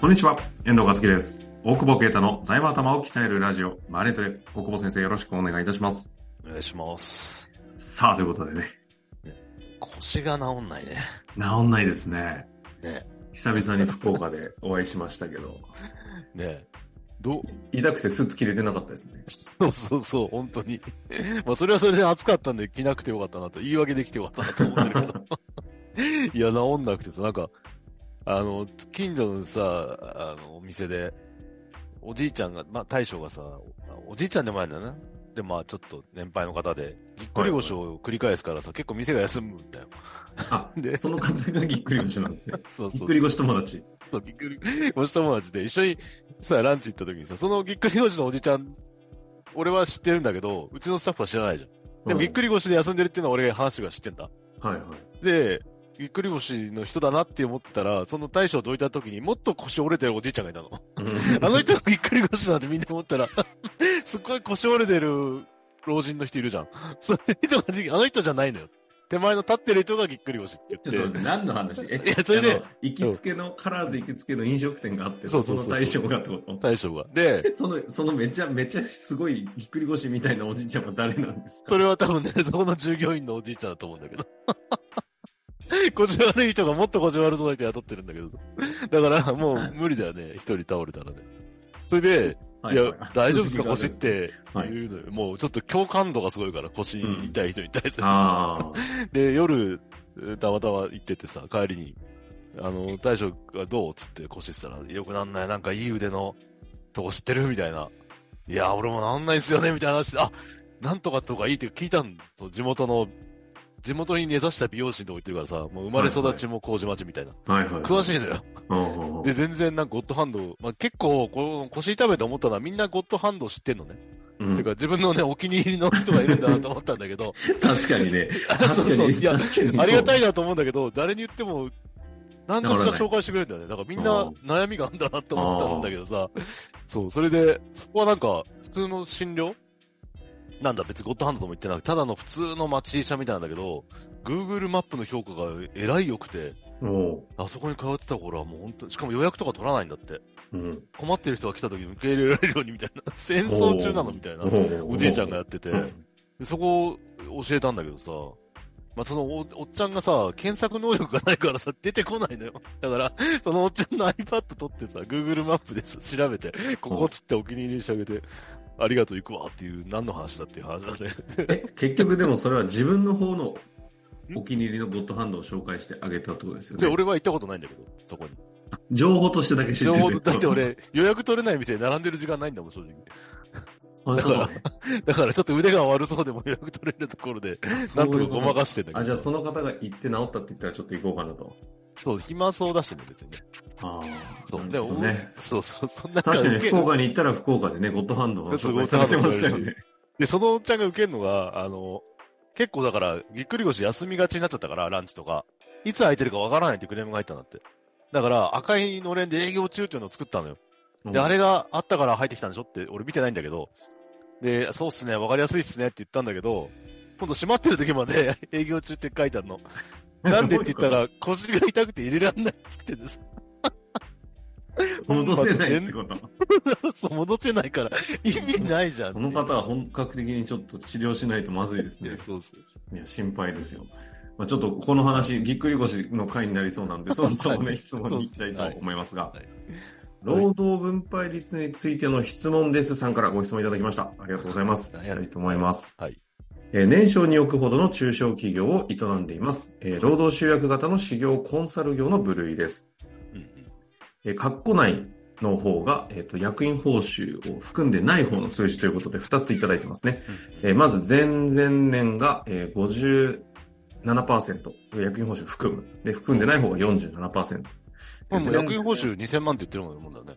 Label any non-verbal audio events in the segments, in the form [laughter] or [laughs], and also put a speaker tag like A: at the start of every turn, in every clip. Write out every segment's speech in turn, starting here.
A: こんにちは、遠藤和樹です。大久保啓太の財務頭を鍛えるラジオ、マネトレ。大久保先生、よろしくお願いいたします。
B: お願いします。
A: さあ、ということでね、
B: 腰が治んないね。
A: 治んないですね。
B: ね。
A: 久々に福岡でお会いしましたけど、
B: ねどう
A: 痛くてスーツ着れてなかったですね。
B: そう [laughs] そうそう、本当に。 [laughs] まあ、それはそれで暑かったんで着なくてよかったなと、言い訳できてよかったなと思ってるけど。いや、 [laughs] 治んなくてさ、なんか、あの、近所のさ、あの、お店で、おじいちゃんが、まあ、大将がさ、おおじいちゃんでもないんだよな。で、まあ、ちょっと年配の方で、ぎっくり腰を繰り返すからさ、結構店が休むんだよ。
A: あ、
B: [laughs] で、
A: その方がぎっくり腰なんですね。
B: そう
A: ぎっ
B: そう
A: く。り腰友達。
B: [laughs] そうぎっくり腰友達で一緒にさ、ランチ行った時にさ、そのぎっくり腰のおじちゃん、俺は知ってるんだけど、うちのスタッフは知らないじゃん。でもぎっく
A: り。
B: り腰で休んでるっていうのは俺が話が知ってんだ。
A: はいはい。
B: で、ぎっくり腰の人だなって思ってたら、その大将どいた時にもっと腰折れてるおじいちゃんがい
A: [laughs]
B: たの。あの人がぎっくり腰だってみんな思ったら、 [laughs] すっごい腰折れてる老人の人いるじゃん。その人が、あの人じゃないのよ。手前の立ってる人がぎっくり腰っ
A: [laughs] ちょ
B: て
A: っと
B: 言っ
A: 待って何の話え
B: いやそれ
A: あ
B: で
A: の行きつけの、カラーズ行きつけの飲食店があって、
B: そ
A: そう
B: そうそう
A: の対象がってこと
B: て、大将が。で、
A: その、そのめちゃめちゃすごいぎっくり腰みたいなおじいちゃんは誰なんですか
B: それは多分ね、そこの従業員のおじいちゃんだと思うんだけど。 [laughs] 腰悪い人がもっと腰悪そうな人雇ってるんだけど。だからもう無理だよね、一人倒れたらね。それで、いや、大丈夫 [laughs] ですか腰っ。て言
A: はいう
B: のよ。もうちょっと共感度がすごいから、腰痛い人に対するさ。
A: ああ。
B: で、夜、たまたま行っててさ、帰りに、あの、大将がどうつって腰したら、よくなんない、なんかいい腕のとこ知ってるみたいな。いや、俺もなんないっすよね、みたいな話で、あ、なんとかとかいいって聞いたんと、地元の、地元に根ざした美容師のとこ行ってるからさ、もう生まれ育ちも麹町みたいな。
A: はいはい。
B: [laughs] 詳しいのよ。
A: うんうんうん。
B: で、全然なんかゴッドハンド、まあ、結構こう腰痛めて思ったのはみんなゴッドハンド知ってんのね。
A: う
B: てい
A: ん
B: うか自分のね、お気に入りの人がいるんだなと思ったんだけど、
A: 確かにね。確かに。
B: そうそういや
A: 確かにそう
B: ありがたいなと思うんだけど、誰に言っても、何かしら紹介してくれるんだよね。だからみんな
A: うん
B: 悩みがあるんだなと思ったんだけどさ。そう、それで、そこはなんか、普通の診療なんだ、別にゴッドハンドとも言ってなくて、ただの普通の町医者みたいなんだけど、Google マップの評価がえらい良くて、
A: お
B: あそこに通ってた頃はもう本当に、しかも予約とか取らないんだって。
A: ううん。
B: 困ってる人が来た時に受け入れられるようにみたいな、戦争中なのみたいな、
A: お
B: おじいちゃんがや
A: っ
B: ってて、でそこを教えたんだけどさ、まあ、そのおおっちゃんがさ、検索能力がないからさ、出てこないのよ。だから、 [laughs] そのおっちゃんの iPad 取ってさ、Google マップでさ、調べて、ここつってお気に入りにしてあげて、ありがとう行くわっていう、何の話だっていう話だね。
A: え、結局でもそれは自分の方のお気に入りのゴッドハンドを紹介してあげたってことですよね。
B: で、俺は行ったことないんだけど、そこに。
A: 情報としてだけ知って
B: 情
A: る。
B: 報、だって。俺、予約取れない店で並んでる時間ないんだもん、正直。
A: [laughs] そういうことね
B: だからちょっと腕が悪そうでも予約取れるところで、なんとかごまかしてんだけど。
A: あ、じゃあその方が行って治ったって言ったらちょっと行こうかなと。
B: そう、暇そうだしね、別にね。
A: ああ。
B: そう、
A: なるほどね。
B: そうそう、そんな
A: 確かに
B: 受け
A: 福岡に行ったら福岡でね、ゴッドハンドを紹介されてましたよね。
B: で、そのおっちゃんが受けるのが、あの、結構だから、ぎっくり腰休みがちになっちゃったから、ランチとか。いつ空いてるかわからないってクレームが入ったんだって。だから、赤いのれんで営業中っていうのを作ったのよ。で、あれがあったから入ってきたんでしょって、俺見てないんだけど。で、そうっすね、わかりやすいっすねって言ったんだけど、今度閉まってる時まで [laughs] 営業中って書いてあるの。なんでって言ったら、腰が痛くて入れらんないっつってんです。 [laughs]
A: 戻せないってこと。
B: そう戻せないから、意味ないじゃん。
A: その方は本格的にちょっと治療しないとまずいです
B: いや
A: ね。
B: そうそう。
A: いや、心配ですよ。まあ、ちょっとこの話、ぎっくり腰の回になりそう
B: [laughs]
A: なんで、そろそろ
B: は
A: ね、
B: い
A: 質問に行きたいと思いますが
B: そうです、
A: 労働分配率についての質問ですさんからご質問いただきました。ありがとうございます。
B: はい
A: したいと思います。
B: はい。
A: えー年商2億ほどの中小企業を営んでいます。えー労働集約型の事業コンサル業の部類です。
B: うんうん。
A: えー、括弧内の方が、えっ、と、役員報酬を含んでない方の数字ということで、2ついただいてますね。えーまず、前々年が、えー、57%、役員報酬含む。で、含んでない方が47%。
B: まあ、もう
A: 全
B: 役員報酬2000万って言ってるもんもんだね。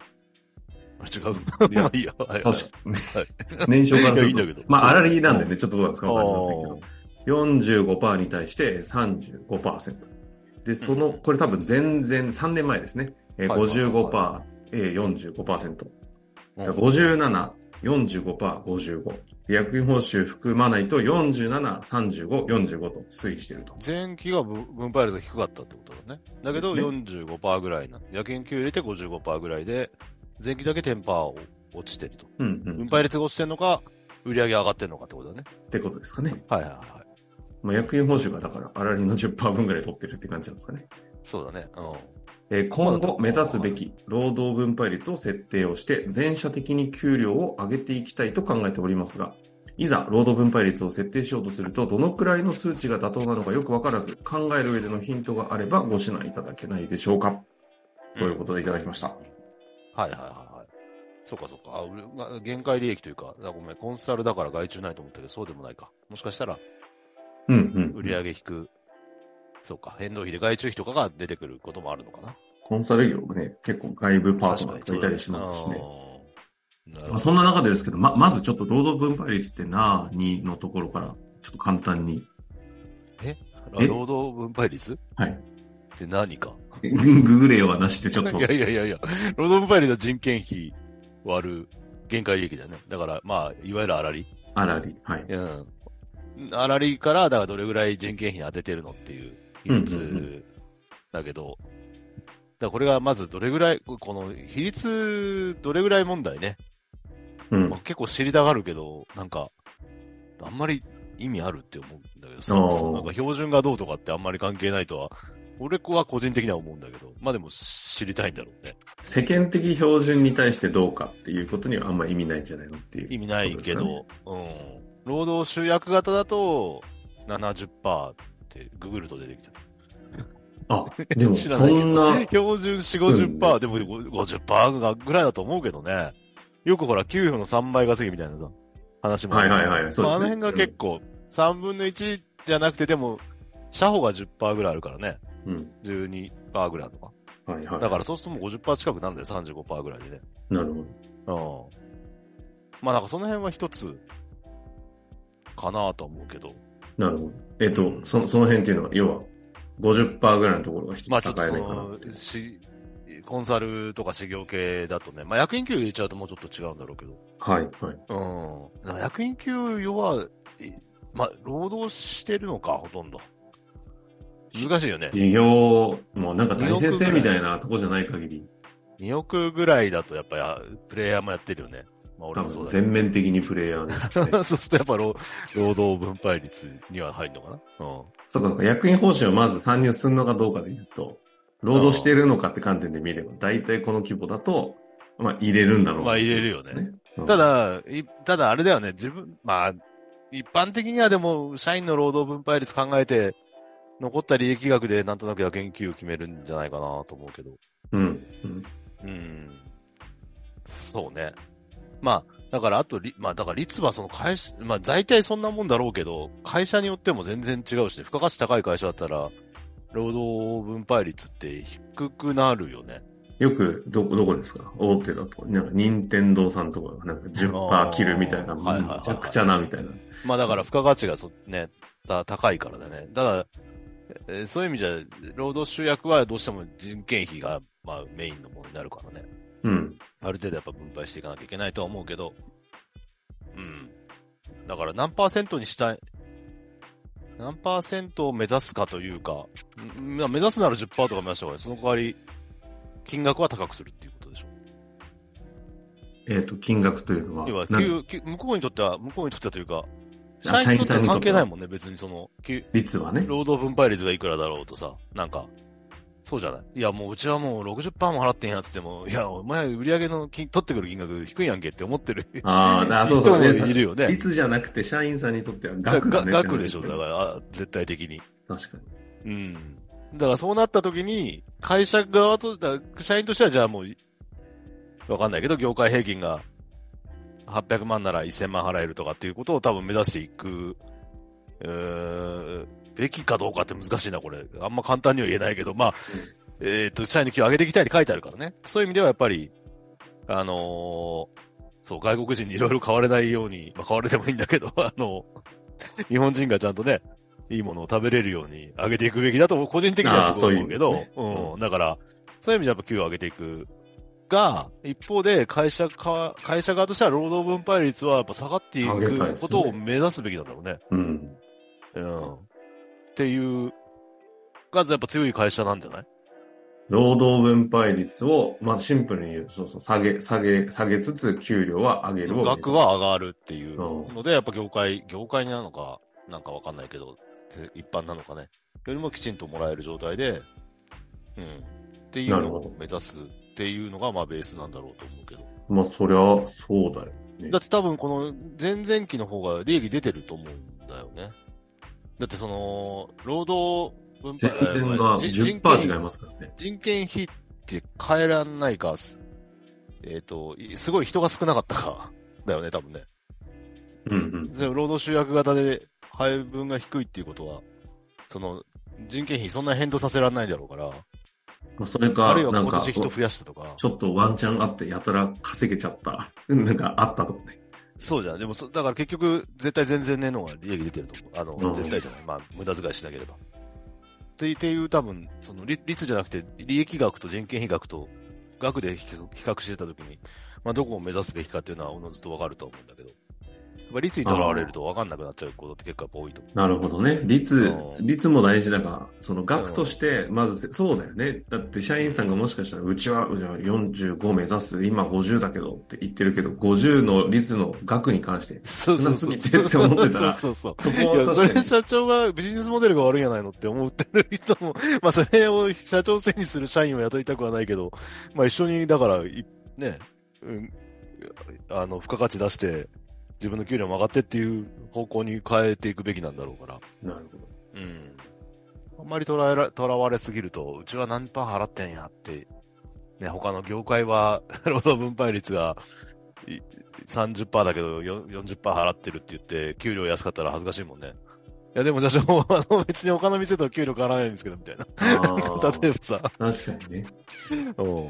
B: あ違う。
A: いや
B: まあいいや。はいはい
A: 確かに。 [laughs] 年商からする
B: いやいいんだ
A: と
B: け。ど
A: まあ、
B: そう
A: 粗利なんでね、ちょっとどうなんですかわかりませんけ
B: あ
A: ど。45%に対して35%。で、その、これ多分全然3年前ですね。えー
B: はいはいはい
A: 55%、えー45%。
B: ーうん
A: 57、45%、55。役員報酬含まないと47、35、45と推移していると。
B: 前期がぶ分配率が低かったってことだね。だけど
A: です
B: 45%ぐらいなの。夜勤給入れて55%ぐらいで、前期だけ10%を落ちてると。
A: うんうん。
B: 分
A: っ
B: 配率が落ちてるのか、売り上げ上がってるのかってことだね。
A: てことですかね。
B: はいはいはい。
A: まあ、役員報酬がだから、粗利の10%分ぐらい取ってるって感じなんですかね。
B: そうだね。うん。
A: えー今後目指すべき労働分配率を設定をして、全社的に給料を上げていきたいと考えておりますが、いざ労働分配率を設定しようとすると、どのくらいの数値が妥当なのかよくわからず、考える上でのヒントがあればご指南いただけないでしょうか。ということでいただきました
B: はいはいはいはい。そうかそうか。あ俺が、限界利益というか、あごめん、コンサルだから外注ないと思ったけど、そうでもないか。もしかしたら、
A: うんう
B: 売
A: ん。
B: 上引く、そうか、変動費で外注費とかが出てくることもあるのかな。
A: コンサル業もね、結構外部パート
B: 確
A: ナ
B: かに
A: ーがいたりしますしね。。
B: そう
A: ま
B: だねあーなる
A: あ、
B: ほど。
A: そんな中でですけど、ま、まずちょっと労働分配率ってなーにのところから、ちょっと簡単に。え
B: 労働分配率
A: はい。
B: って何か。
A: ググレーはなしでちょっと
B: い。やいやいやいや、労働分配率は人件費割る限界利益だよね。だから、まあ、いわゆる粗利。
A: あらり。はい。
B: うん。粗利から、だからどれぐらい人件費に当ててるのっていう比
A: うんうんう
B: 率だけど、だからこれがまずどれぐらい、ここの比率、どれぐらい問題ね。
A: うん
B: まあ、。結構知りたがるけど、なんか、あんまり意味あるって思うんだけどさ、
A: おー
B: そうなんか標準がどうとかってあんまり関係ないとは、俺は個人的には思うんだけど、まあでも知りたいんだろうね。
A: 世間的標準に対してどうかっていうことにはあんま意味ないんじゃないのっていう。
B: 意味ないけど、
A: そう
B: うん。労働集約型だと70%ってググると出てきた。
A: あ、でも
B: [laughs] 知ら
A: そ
B: ないけど
A: んな、
B: 標準4、
A: う
B: 50%、
A: ん
B: でも50%がぐらいだと思うけどね。よくほら、給与の3倍稼ぎみたいなさ、話もある
A: はいはいはいそうですね
B: まあ、あの辺が結構、3分の1じゃなくて、でも、社保が10%ぐらいあるからね。
A: うん。
B: 12%ぐらいあるのか。
A: はいはい。
B: だからそうするともう50%近くなんだよ、35%ぐらいでね。
A: なるほど。
B: うん。まあなんかその辺は一つ、かなとは思うけど。
A: なるほど。えっと、そその辺っていうのは、要は、50%ぐらいのところが一つ
B: まあちょっ
A: 境
B: とそ
A: 目かなっ
B: の
A: て。、
B: し、コンサルとか修行系だとね、まあ役員給与入れちゃうともうちょっと違うんだろうけど。
A: はいはい。
B: うん。だから役員給与は、いまあ、労働してるのか、ほとんど。難しいよね。
A: 企業、もうなんか大先生みたいなとこじゃない限り、
B: 2億ぐらいだと、やっぱや、プレイヤーもやってるよね。まあ、
A: 多
B: 俺もそ
A: 分
B: うだけ
A: 全面的にプレイヤーで [laughs]
B: ど。 [laughs] そうすると、やっぱ労、労働分配率には入るのかな。うん。
A: そうかそうか、役員報酬をまず参入するのかどうかで言うと、労働してるのかって観点で見れば、大体この規模だと、まあ入れるんだろうな
B: まあ入れるよね
A: ってことです。うん
B: た、だ、いただあれだよね、自分、まあ、一般的にはでも、社員の労働分配率考えて、残った利益額でなんとなく役員給与決めるんじゃないかなと思うけど。
A: うん。うん
B: うん。そうね。まあ、だから、あとり、まあ、だから率はその会社、まあ、大体そんなもんだろうけど、会社によっても全然違うし、付加価値高い会社だったら、労働分配率って低くなるよね。
A: よく、ど、どこですか大手だと。なんか、任天堂さんとかが、なんか10%切るみたいな、
B: あ
A: め
B: ーはいはいはい
A: ちゃくちゃな、みたいな。
B: まあだから付加価値がそ、ね、た高いからだね。ただ、えーそういう意味じゃ、労働集約はどうしても人件費が、まあメインのものになるからね。
A: うん。
B: ある程度やっぱ分配していかなきゃいけないとは思うけど、うん。だから何パーセントにしたい、何パーセントを目指すかというか、んまあ目指すなら10%とか目指した方がいい。その代わり、金額は高くするっていうことでしょ。
A: えっ、と、金額というのは、
B: 要は、
A: なん
B: 給給向こうにとっては、向こうにとってはというか、
A: あ
B: 社員にとっては関係ない
A: ん。
B: もんね、別にその、給
A: 率はね。
B: 労働分配率がいくらだろうとさ、なんか、そうじゃないいや、もううちはもう60%も払ってんやつっても、いや、お前売り上げの金取ってくる金額低いやんけって思ってる
A: あーあ、そう
B: 人
A: そう、
B: もい
A: ね。
B: るよね。
A: 率じゃなくて、社員さんにとっては
B: が
A: 額だ
B: が
A: ね。
B: 額でしょ、だから、あ絶対的に。
A: 確かに。
B: うん。だからそうなった時に、会社側と、だ社員としてはじゃあもう、わかんないけど、業界平均が800万なら1000万払えるとかっていうことを多分目指していく、うーんべきかどうかって難しいな、これ。あんま簡単には言えないけど、まあ、えっ、と、社員の給与上げていきたいって書いてあるからね。そういう意味ではやっぱり、あのーそう、外国人にいろいろ買われないように、まあ、買われてもいいんだけど、 [laughs] あの、日本人がちゃんとね、いいものを食べれるように上げていくべきだと、個人的にはすごい思うけ
A: あ
B: ど、
A: ーそういう意味ですね
B: うん、だから、そういう意味じゃやっぱ給与を上げていくが、一方で会社か、会社側としては労働分配率はやっぱ下がってい
A: 下げたい
B: く
A: ですね
B: ことを目指すべきなんだろうね。
A: うん。
B: うん。っていう、がやっぱ強い会社なんじゃない
A: 労働分配率を、まあ、シンプルに言うと、そうそう、下げ、下げ、下げつつ、給料は上げるを目指す
B: 額は上がるっていうので、やっぱ業界、業界なのか、なんかわかんないけど、て一般なのかね。よりもきちんともらえる状態で、うん。っていう
A: なる
B: の
A: ほ
B: を
A: ど
B: 目指すっていうのが、まあベースなんだろうと思うけど。
A: まあ、そりゃ、そうだよ。
B: だって多分この前々期の方が利益出てると思うんだよね。だってその、労働分
A: 全
B: 配、
A: 然が
B: えー人
A: 10%違
B: 件
A: いますからね。
B: 人件費って変えらんないか、すえっ、と、いすごい人が少なかったか、だよね、多分ね。
A: うんうん。
B: 全部労働集約型で配分が低いっていうことは、その、人件費そんな変動させられないだろうから、
A: まあ、それ
B: あ
A: か、
B: るいは
A: なん
B: 今
A: か、
B: 年人増やしたとか
A: ち、ょっとワンチャンあって、やたら稼げちゃった。なんか、あったとかね。
B: そうじゃん。でもそ、だから結局、絶対全然ねえの方が利益出てると思う。あの、
A: うん
B: 絶対じゃない。まあ、無駄遣いしなければ。ってっていう、多分、その、率率じゃなくて、利益額と人件費額と、額で比較比較してたときに、まあ、どこを目指すべきかっていうのは、おのずとわかると思うんだけど、やっぱ率にとらわれるとわかんなくなっちゃうことって結構やっぱ多いと思う。
A: なるほどね。率
B: う、ん
A: 率も大事だが、その額として、まずせ、そうだよね。だって社員さんがもしかしたら、うちはじゃあ45目指す、今50だけどって言ってるけど、50の率の額に関して、
B: そう
A: そうそうそうって思ってたら
B: [laughs] そうそう
A: そ
B: そう。
A: こ
B: い
A: は
B: や、そ
A: 確か
B: れ
A: に。
B: 社長がビジネスモデルが悪いんじゃないのって思ってる人も、まあそれを社長性にする社員を雇いたくはないけど、まあ一緒に、だから、いね、うん、あの、付加価値出して、自分の給料も上がってっていう方向に変えていくべきなんだろうから。
A: なるほど。
B: うん。あんまりとらえら、とらわれすぎると、うちは何パー払ってんやって、ね、他の業界は、 [laughs] 労働分配率が、い30%だけどよ40%払ってるって言って、給料安かったら恥ずかしいもんね。いや、でも社長、 [laughs] あの、別に他の店とは給料変わらないんですけど、みたいな。 [laughs]
A: あ
B: 例えばさ。
A: あ、確かにね。
B: うん。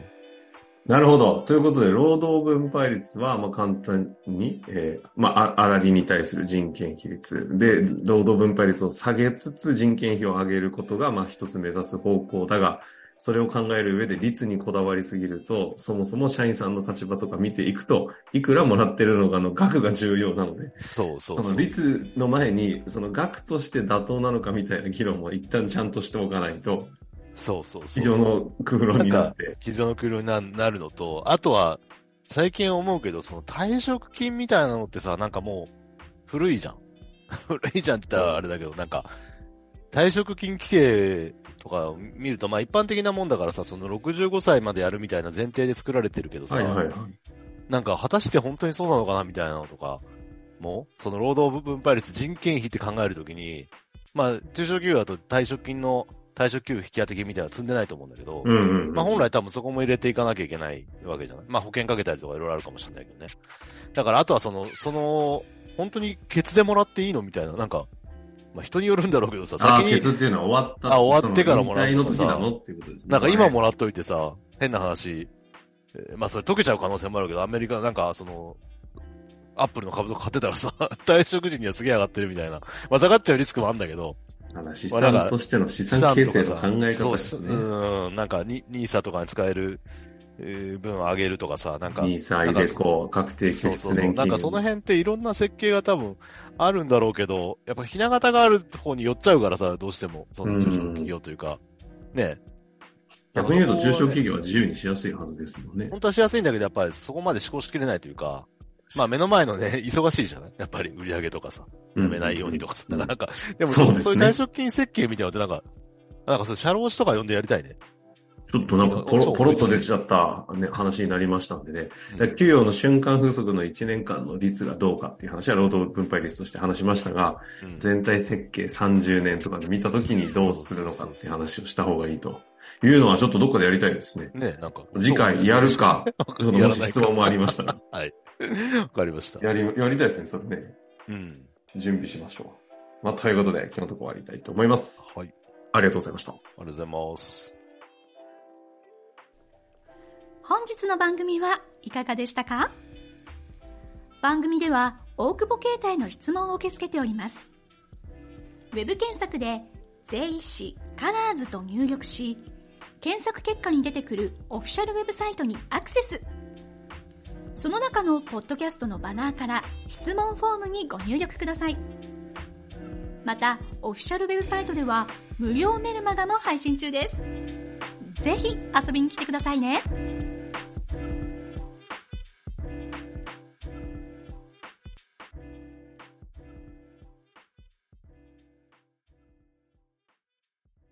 A: なるほど。ということで、労働分配率は、まあ、簡単に、えーまあ、あ粗利に対する人件比率。で、労働分配率を下げつつ人件費を上げることが、まあ、一つ目指す方向だが、それを考える上で率にこだわりすぎると、そもそも社員さんの立場とか見ていくと、いくらもらってるのかの額が重要なので、
B: そうそ
A: そう
B: そ
A: の
B: う。
A: 率の前に、その額として妥当なのかみたいな議論も一旦ちゃんとしておかないと、
B: そうそうそう。
A: 非常の空論になって。
B: 非常の車にななるのと、あとは、最近思うけど、その退職金みたいなのってさ、なんかもう、古いじゃん。 [laughs] 古いじゃんって言ったらあれだけど、なんか、退職金規定とかを見ると、まあ一般的なもんだからさ、その65歳までやるみたいな前提で作られてるけどさ、
A: はいはいはい。
B: なんか果たして本当にそうなのかなみたいなのとか、もう、その労働分配率、人件費って考えるときに、まあ、中小企業だと退職金の退職給付引き当て金みたいなの積んでないと思うんだけど、
A: うんうんうん。
B: まあ本来多分そこも入れていかなきゃいけないわけじゃない。まあ保険かけたりとかいろいろあるかもしれないけどね。だからあとはその、その、本当にケツでもらっていいのみたいな、なんか、まあ人によるんだろうけどさ、
A: あ
B: 先
A: あ、ケ
B: に、
A: ツっていうのは終わった。
B: あ終わってからもらう
A: う。引退の
B: のか
A: 時
B: さ
A: なのっていうことですね。
B: なんか今もらっといてさ、変な話、えーまあそれ溶けちゃう可能性もあるけど、アメリカなんかその、アップルの株とか買ってたらさ、 [laughs] 退職時にはすげえ上がってるみたいな。まあ下がっちゃうリスクもあるんだけど、
A: あの資
B: まあなん
A: 産
B: か
A: としての資産形成の考え
B: そ
A: 方
B: う
A: ですね。
B: うん、なんかニ、ニーサとかに使える、えー分上げるとかさ、なんか、
A: ニーサイデコ、確定
B: そ
A: 拠
B: うそ
A: 出
B: うそう。
A: 年金。
B: なんかその辺っていろんな設計が多分あるんだろうけど、やっぱひな形がある方に寄っちゃうからさ、どうしても、その中小企業というか、ね
A: 逆に言うと中小
B: 業。
A: 企業は自由にしやすいはずですもんね。
B: 本当はしやすいんだけど、やっぱりそこまで思考しきれないというか、まあ目の前のね、 [laughs] 忙しいじゃないやっぱり売り上げとかさ、やめないようにとかさ、
A: うん
B: なかなか。でも
A: そうですね
B: そういう退職金設計みたいなのってなんか、なんかそう、社労士とか呼んでやりたいね。
A: ちょっとなんかポロポロっと出ちゃった、ね、話になりましたんでね。
B: うん
A: だから給与の瞬間風速の1年間の率がどうかっていう話は労働分配率として話しましたが、
B: うん
A: 全体設計30年とかで見た時にどうするのかっていう話をした方がいいというのはちょっとどっかでやりたいですね。
B: ねなんか。
A: 次回やる
B: [laughs]
A: か、その
B: や
A: も
B: らない
A: し
B: か
A: 質問もありましたら。
B: わかりました。
A: やり、やりたいですね、それね。
B: うん。
A: 準備しましょう。まあ、ということで、今日のところ終わりたいと思います。
B: はい。あり
A: ありがとうございました。
B: がとうございます。
C: 本日の番組はいかがでしたか番組では大久保携帯の質問を受け付けております。ウェブ検索で税理士カラーズと入力し、検索結果に出てくるオフィシャルウェブサイトにアクセスその中のポッドキャストのバナーから質問フォームにご入力くださいまたオフィシャルウェブサイトでは無料メルマガも配信中ですぜひ遊びに来てくださいね